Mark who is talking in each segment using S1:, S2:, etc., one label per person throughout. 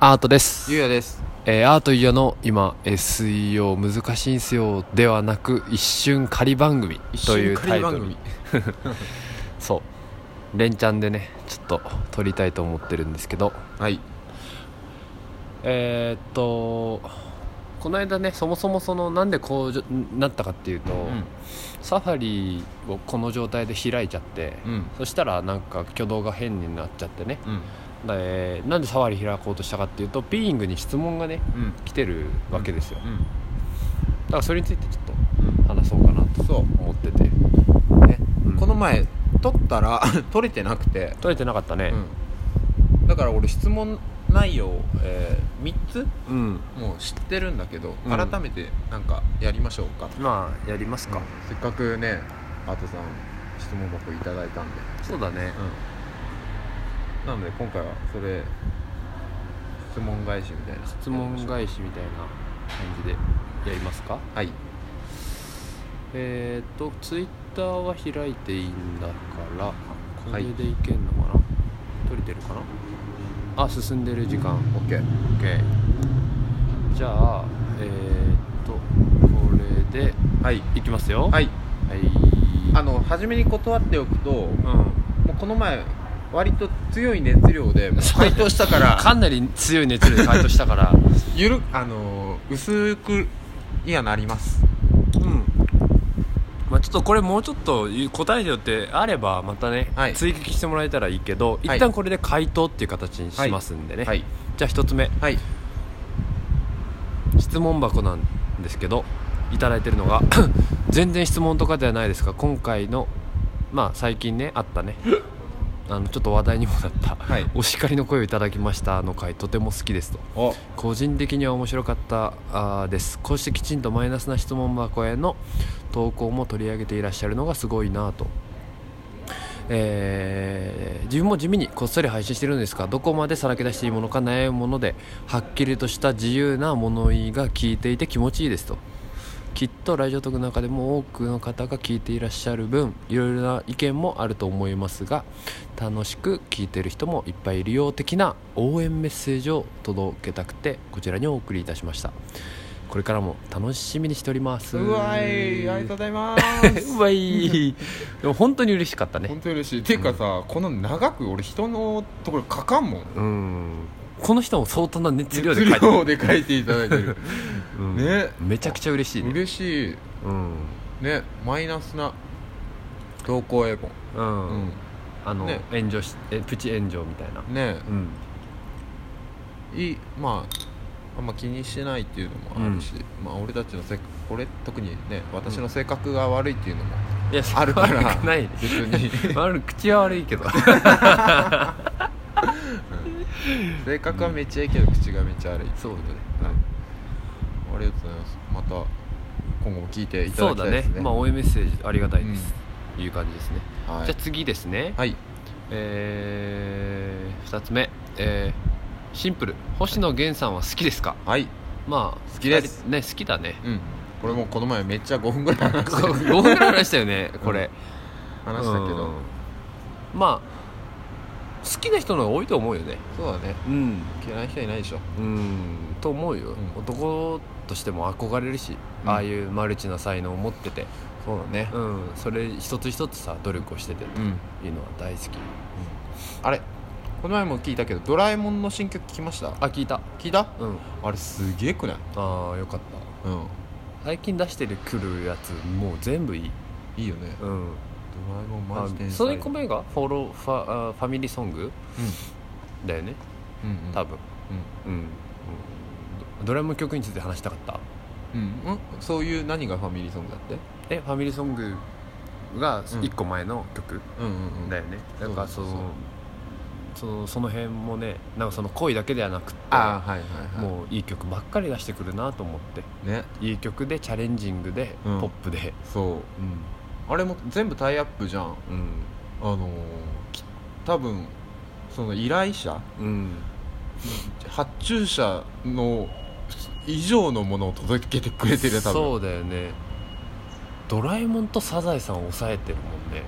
S1: アートです、
S2: ゆうやです
S1: えーアートゆやの今 SEO 難しいんすよではなく一瞬仮番組というタイトルに そう連チャンでねちょっと撮りたいと思ってるんですけど
S2: はい
S1: えーっとこの間ねそもそもそのなんでこうじょなったかっていうと、
S2: うん
S1: サファリをこの状態で開いちゃって、
S2: うん
S1: そしたらなんか挙動が変になっちゃってね
S2: うん
S1: でなんでサファリ開こうとしたかっていうとピーイングに質問がね
S2: うん
S1: 来てるわけですよ、だ
S2: う
S1: からそれについてちょっ
S2: ん
S1: と話そうかなと
S2: そ
S1: 思ってて、
S2: うね
S1: うん
S2: この前撮ったら 撮れてなくて
S1: 取れてなかったね
S2: うんだから俺質問内容え3つ
S1: うん、
S2: もう知ってるんだけど
S1: うん
S2: 改めてなんかやりましょうか
S1: まあやりますか、
S2: せっかくねアートさん質問箱いただいたんで
S1: そうだね
S2: なので今回はそれ質問返しみたいな
S1: 質問返しみたいな感じでやりますか
S2: はい
S1: えっ、ー、とツイッターは開いていいんだからこ
S2: は
S1: れ
S2: い
S1: でいけんのかな、取れてるかなあ進んでる時間
S2: OK
S1: OK じゃあえっ、ー、とこれで
S2: はい
S1: いきますよ
S2: はいい
S1: はい
S2: あの初めに断っておくとも
S1: う
S2: うこの前割と強い熱量 で回答したか
S1: んからなり強い熱量で回答したから
S2: ゆるあのー薄くにはなります
S1: うんまあちょっとこれもうちょっと答えによってあればまたね、
S2: はい
S1: 追撃してもらえたらいいけど
S2: はい
S1: 一旦これで回答っていう形にしますんでね、
S2: はい
S1: じゃあ一つ目
S2: はい
S1: 質問箱なんですけどいただいてるのが 全然質問とかではないですが今回のまあ最近ねあった ねあのちょっと話題にもなった、
S2: はい
S1: お叱りの声をいただきましたの回とても好きですと
S2: お
S1: 個人的には面白かったあーですこうしてきちんとマイナスな質問箱への投稿も取り上げていらっしゃるのがすごいなぁと、えー自分も地味にこっそり配信してるんですがどこまでさらけ出していいものか悩むものではっきりとした自由な物言いが聞いていて気持ちいいですときっとラジオトークの中でも多くの方が聞いていらっしゃる分いろいろな意見もあると思いますが楽しく聞いてる人もいっぱいいるよう的な応援メッセージを届けたくてこちらにお送りいたしましたこれからも楽しみにしております
S2: うわいありがとうございま
S1: う
S2: す
S1: まいでも本当に嬉しかったね
S2: 本当嬉しいていうかさこの長く俺人のところ書かんもん
S1: うんこの人も相当な熱量で
S2: 熱
S1: 書いて
S2: 量で書いていただいてる
S1: うん
S2: ね
S1: めちゃくちゃ嬉しいね
S2: 嬉しい
S1: うん
S2: ねマイナスな投稿英語
S1: う、
S2: うんん
S1: あの、
S2: ね
S1: 炎上しえプチ炎上みたいな
S2: ね
S1: うん
S2: いいまああんま気にしてないっていうのもあるし、まあ俺たちのせ俺特にね私の性格が悪いっていうのも
S1: いやそれ
S2: あるから、
S1: 悪くない
S2: 別に
S1: 悪い口は悪いけ ど
S2: 性格はめっちゃいいけど口がめっちゃ悪い
S1: そうだね
S2: うんありがとうございますまた今後も聞いていた
S1: そ
S2: だ
S1: う
S2: きた
S1: だ
S2: いで
S1: ね
S2: すね
S1: まあ応援メッセージありがたいです、いう感じですね、
S2: はい
S1: じゃあ次ですね、
S2: はい
S1: えー、2つ目えーシンプル星野源さんは好きですか
S2: はい
S1: まあ好
S2: きです
S1: ね好きだね
S2: うんこれもこの前めっちゃ5分ぐらい話した
S1: 5 分ぐらい話したよねこれ、
S2: 話したけど、
S1: うんまあ好きな人の方が多いと思うよね
S2: そうだね
S1: うん
S2: 嫌いな人いないでしょ
S1: うんと思うよ、
S2: うん
S1: 男としても憧れるし、
S2: うん
S1: ああいうマルチな才能を持ってて、
S2: そうだね
S1: うん、それ一つ一つさ努力をしててと
S2: うん
S1: いうのは大好き
S2: あれこの前も聞いたけど「ドラえもん」の新曲聞きました
S1: あ聞いた
S2: 聞いた
S1: うん
S2: あれすげえくない
S1: ああよかった
S2: うん
S1: 最近出してるくるやつもう全部いい、
S2: いいよね
S1: うん、
S2: ドラえもんマ
S1: あ
S2: ジ天才
S1: それ1個目がフォローファあファミリーソングだよね
S2: うんうんうん
S1: 多分うん、うんドドラえもん曲について話したかった
S2: うん、うん、そういう何がファミリーソングだって
S1: えファミリーソングが1個前の曲、
S2: うんうんうん
S1: だよね
S2: う
S1: だ
S2: ん
S1: からその
S2: そうそう
S1: そのその辺もねなんかその恋だけではなくって
S2: ああはいはいはい
S1: もういい曲ばっかり出してくるなと思って
S2: うね
S1: いい曲でチャレンジングで、
S2: うん
S1: ポップで
S2: そう
S1: うん
S2: あれも全部タイアップじゃ
S1: う
S2: ん
S1: ん
S2: あのー、き多分その依頼者
S1: うん
S2: 発注者の以上のものを届けてくれてるよ多分
S1: そうだよねドラえもんとサザエさんを抑えてるもんね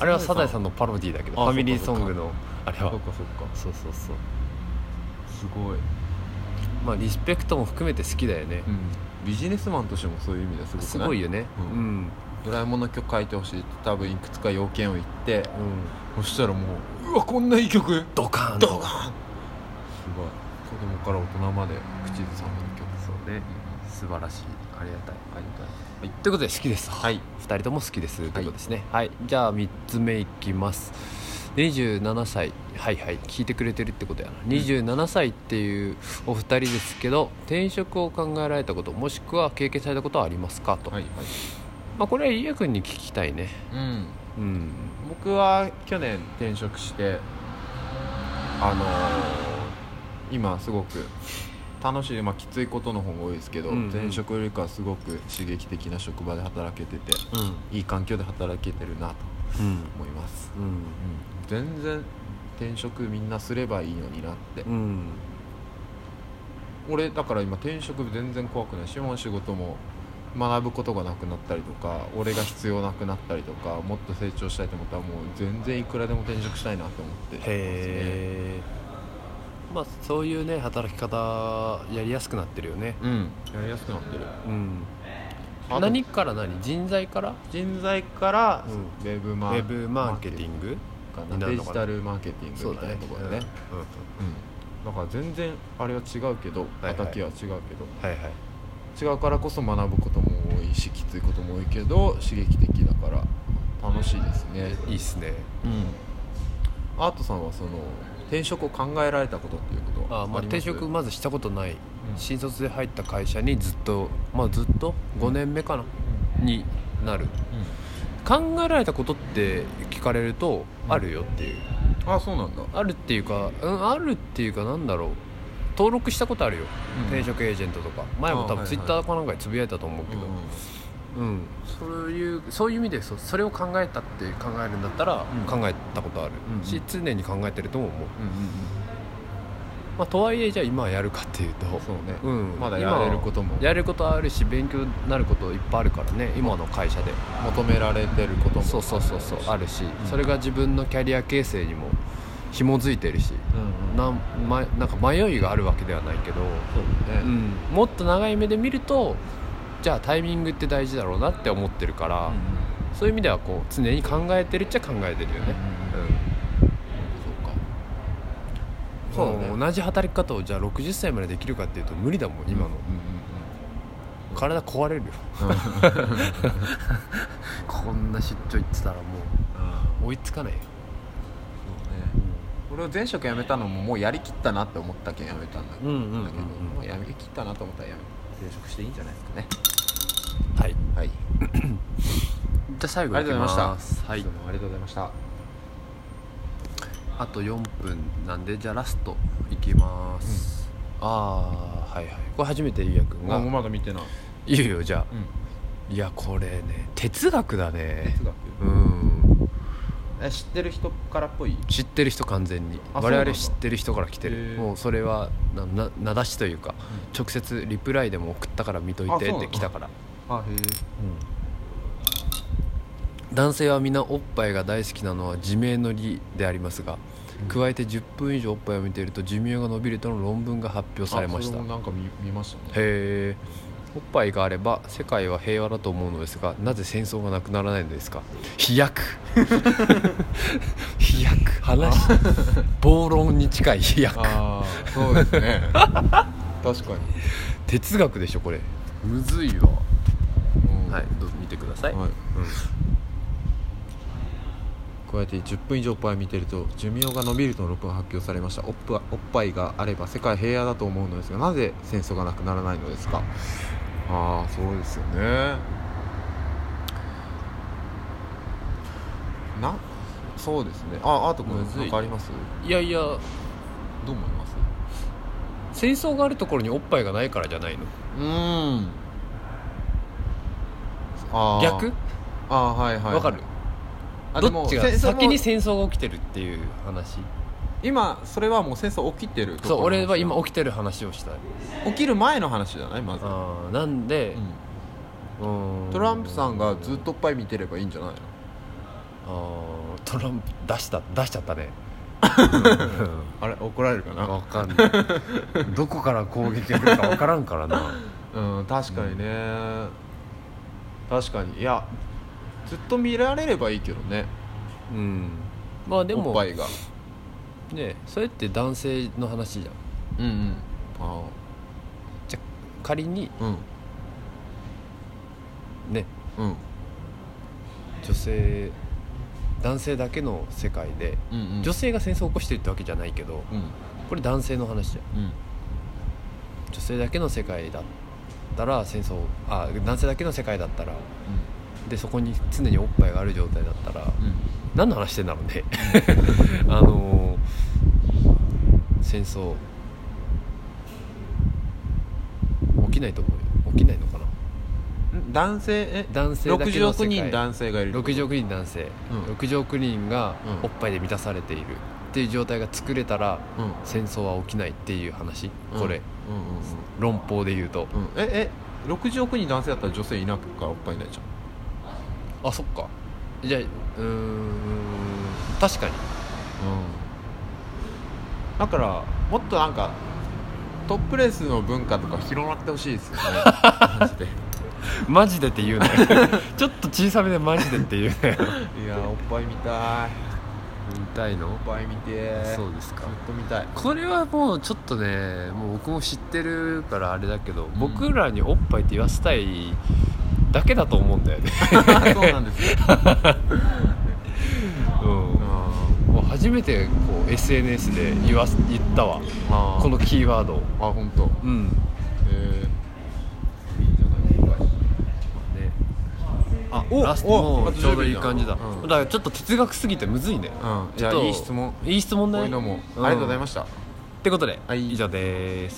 S1: あれはサザ
S2: サザ
S1: エ
S2: エ
S1: さ
S2: さ
S1: ん
S2: ん
S1: のパロディだけど
S2: あ
S1: ファミリー
S2: そ
S1: ソ
S2: っか
S1: ン
S2: そっか
S1: グのあれは
S2: そっかそっか
S1: そうそうそう
S2: すごい
S1: まあリスペクトも含めて好きだよね、
S2: ビジネスマンとしてもそういう意味ですごくない
S1: すごいよね
S2: う
S1: うんん、
S2: ドラえもんの曲書いてほしいって多分いくつか要件を言ってそしたらもううわこんないい曲す
S1: ドカーンと
S2: ドカごい子供から大人まで口ずさんでる曲
S1: そうね
S2: ん
S1: 素晴らしいありがたい
S2: ありがたい
S1: ということで好きです
S2: はい
S1: 2人とも好きです、ということですねはいじゃあ3つ目いきます27歳はいはい聞いてくれてるってことやな27歳っていうお二人ですけど転職を考えられたこともしくは経験されたことはありますかと、
S2: はいはい
S1: まあ、これは家君に聞きたいね
S2: うん
S1: うん
S2: 僕は去年転職してあのー今すごく楽しい、まあ、きついことの方が多いですけど、
S1: うんうん
S2: 前職よりかはすごく刺激的な職場で働けてて
S1: うん
S2: いい環境で働けてるなと
S1: うん
S2: 思います、
S1: うん
S2: 全然転職みんなすればいいのになって、
S1: うん
S2: 俺だから今転職全然怖くないしもう仕事も学ぶことがなくなったりとか俺が必要なくなったりとかもっと成長したいと思ったらもう全然いくらでも転職したいなと思ってますね
S1: へえまあそういうね働き方やりやすくなってるよね
S2: うんやりやすくなってる
S1: うん
S2: あと
S1: 何から何人材から
S2: 人材から、
S1: うん
S2: ウェブ
S1: ウ
S2: マ
S1: ェブマーケティ
S2: グ
S1: ング
S2: か
S1: に
S2: な
S1: なる
S2: デ
S1: の
S2: ジ
S1: か
S2: タ
S1: な
S2: ルマーケティングみたいなところだ
S1: うん
S2: ね
S1: うん
S2: うんだから全然あれは違うけど
S1: はいはい
S2: 畑は違うけど、
S1: はいはい
S2: 違うからこそ学ぶことも多いしきついことも多いけど刺激的だから楽しいですね
S1: いいっすね
S2: うんアートさんはその転職を考えられたことっていうことは
S1: あ、まあ、
S2: り
S1: 転
S2: す
S1: 職まずしたことない、
S2: うん
S1: 新卒で入った会社にずっとまあずっと5年目かな、になる考えられたことって聞かれると
S2: うん
S1: あるよっていう、
S2: うんあそうなんだ、
S1: あるっていうか、うん、あるっていうかなんだろう登録したことあるよ、転職エージェントとか前も
S2: あ
S1: 多
S2: はいは
S1: 分
S2: い
S1: ツイッターかなんかでつぶやいたと思うけど、うん、そういうそういう意味でそうそれを考えたって考えるんだったら
S2: うん
S1: 考えたことある
S2: うんうん
S1: し、常に考えてるとも思う、
S2: うんうんうん
S1: まあ、とはいえじゃあ今はやるかっていうと
S2: うんそうね、
S1: うん
S2: まだやれることも
S1: 今はやれることあるし勉強になることいっぱいあるからね今の会社で
S2: 求められてることも
S1: そうそうそうそうあるし、
S2: ん
S1: それが自分のキャリア形成にも紐づいてるし
S2: うんうん
S1: なん,、ま、なんか迷いがあるわけではないけど、
S2: そうだね、
S1: うん、もっと長い目で見るとじゃあタイミングって大事だろうなって思ってるから、
S2: うんうん
S1: そういう意味ではこう常に考えてるっちゃ考えてるよね、
S2: うんそうかそうだね
S1: もう同じ働き方をじゃあ60歳までできるかっていうと無理だもん今の、体壊れるよ
S2: うんうんうん
S1: こんな出張行ってたらもう追いつかないよ、
S2: そうね俺は前職辞めたのももうやりきったなって思ったけん辞めたんだけど、
S1: うんうんうんうん
S2: だけどもうやめきったなと思ったらやめ転職していいんじゃないですか
S1: は
S2: ね
S1: い じ
S2: はい
S1: ゃあ最後
S2: ありがとうございました
S1: すはい
S2: 質問ありがとうございました
S1: あと4分なんでじゃあラストいきます、ああはいはいこれ初めてゆうやくんが
S2: まだ見てない、
S1: 言うよじゃあ
S2: うん、
S1: いやこれね哲学だね
S2: 哲学
S1: うん
S2: え知ってる人からっぽい
S1: 知ってる人完全に
S2: あ
S1: 我
S2: そうなんだ
S1: 々知ってる人から来て
S2: へえ
S1: るもうそれはなな名出しというか、直接リプライでも送ったから見とい
S2: あそう
S1: て
S2: な
S1: っ
S2: んだ
S1: て来たから
S2: あへ
S1: 男性は皆おっぱいが大好きなのは自明の理でありますが加えて10分以上おっぱいを見ていると寿命が延びるとの論文が発表されましたへ
S2: なんか見見ま したね
S1: えおっぱいがあれば世界は平和だと思うのですがなぜ戦争がなくならないのですか飛 躍飛躍話暴論に近い飛躍
S2: ああそうですね確か
S1: 哲学でしょこれむずいわ
S2: に、うん
S1: はいどう見てください、
S2: はい加えて10分以上おっぱい見てると寿命が延びるとの録音が発表されましたおっぱおっぱいがあれば世界平和だと思うのですがなぜ戦争がなくならないのですかああそうですよねなそうですねああとこれ
S1: むずい
S2: 何かあります
S1: いやいや
S2: どう思います
S1: 戦争があるところにおっぱいがないからじゃないの
S2: うーんあー
S1: 逆
S2: あーはいはいはい
S1: わかる
S2: あで
S1: ど
S2: も
S1: っちが
S2: 戦争も
S1: 先に戦争が起きてるっていう話
S2: 今それはもう戦争起きてる
S1: そう俺は今
S2: 起
S1: 起きてる話をしたい
S2: 起きる前の話じゃないまず、
S1: あーなんで、うーん
S2: トランプさんがずっとおっぱい見てればいいんじゃないの
S1: あートランプ出した出しちゃったね
S2: あれ怒られるかな
S1: わかんないどこから攻撃が来るかわからんから な
S2: うん確かにね、確かにいやずっと見られればいいけどね
S1: うんまあで
S2: おっ
S1: も
S2: ぱいが
S1: ねそれって男性の話じゃん
S2: うんうんあ
S1: じゃ仮に
S2: あうん
S1: ね
S2: うん
S1: 女性男性だけの世界で
S2: うんうん
S1: 女性が戦争を起こしてるってわけじゃないけど
S2: うん
S1: これ男性の話じゃん
S2: うん
S1: 女性だけの世界だったら戦争あ男性だけの世界だったらでそこに常におっぱいがある状態だったら
S2: うん
S1: 何の話してんだろう ねあのー戦争起きないと思うよ起きないのかな
S2: うん男性え
S1: 男性だけ
S2: 60
S1: の世
S2: 億
S1: 界
S2: 人男性がいるってこと
S1: 60億人男性、
S2: うん
S1: 60億人が
S2: うん
S1: おっぱいで満たされているっていう状態が作れたら
S2: うん
S1: 戦争は起きないっていう話、
S2: うん
S1: これ
S2: うんうん
S1: 論法で言うと
S2: うんうんええ60億人男性だったら女性いなくからおっぱいいないじゃん
S1: あそっかじゃあうーん確かに
S2: だからもっとなんかトップレスの文化とか広まってほしいですよねマジで
S1: マジでって言うね ちょっと小さめでマジでって言うね
S2: いやおっぱい見たい
S1: 見たいの
S2: おっぱい見てー
S1: そうですか
S2: ずっと見たい
S1: これはもうちょっとねもう僕も知ってるからあれだけど、僕らにおっぱいって言わせたいだけだと思うんだよね、
S2: そうなんです よ
S1: うん、もう初めてこう SNS で言わす言ったわ
S2: あ
S1: このキーワードを
S2: あ本当。
S1: うん、
S2: えー、いいじゃないおっぱい
S1: ね、
S2: あ
S1: ラストもうちょうどいい感じだ、
S2: うん、
S1: だからちょっと哲学すぎてむずいね、
S2: うん、
S1: ち
S2: じ
S1: ょ
S2: ゃ
S1: っ
S2: あ
S1: と
S2: いい質問
S1: いい質問
S2: こ
S1: だ
S2: うい
S1: ね
S2: うのも、
S1: うん
S2: ありがとうございました
S1: ってことで、
S2: はい
S1: 以上です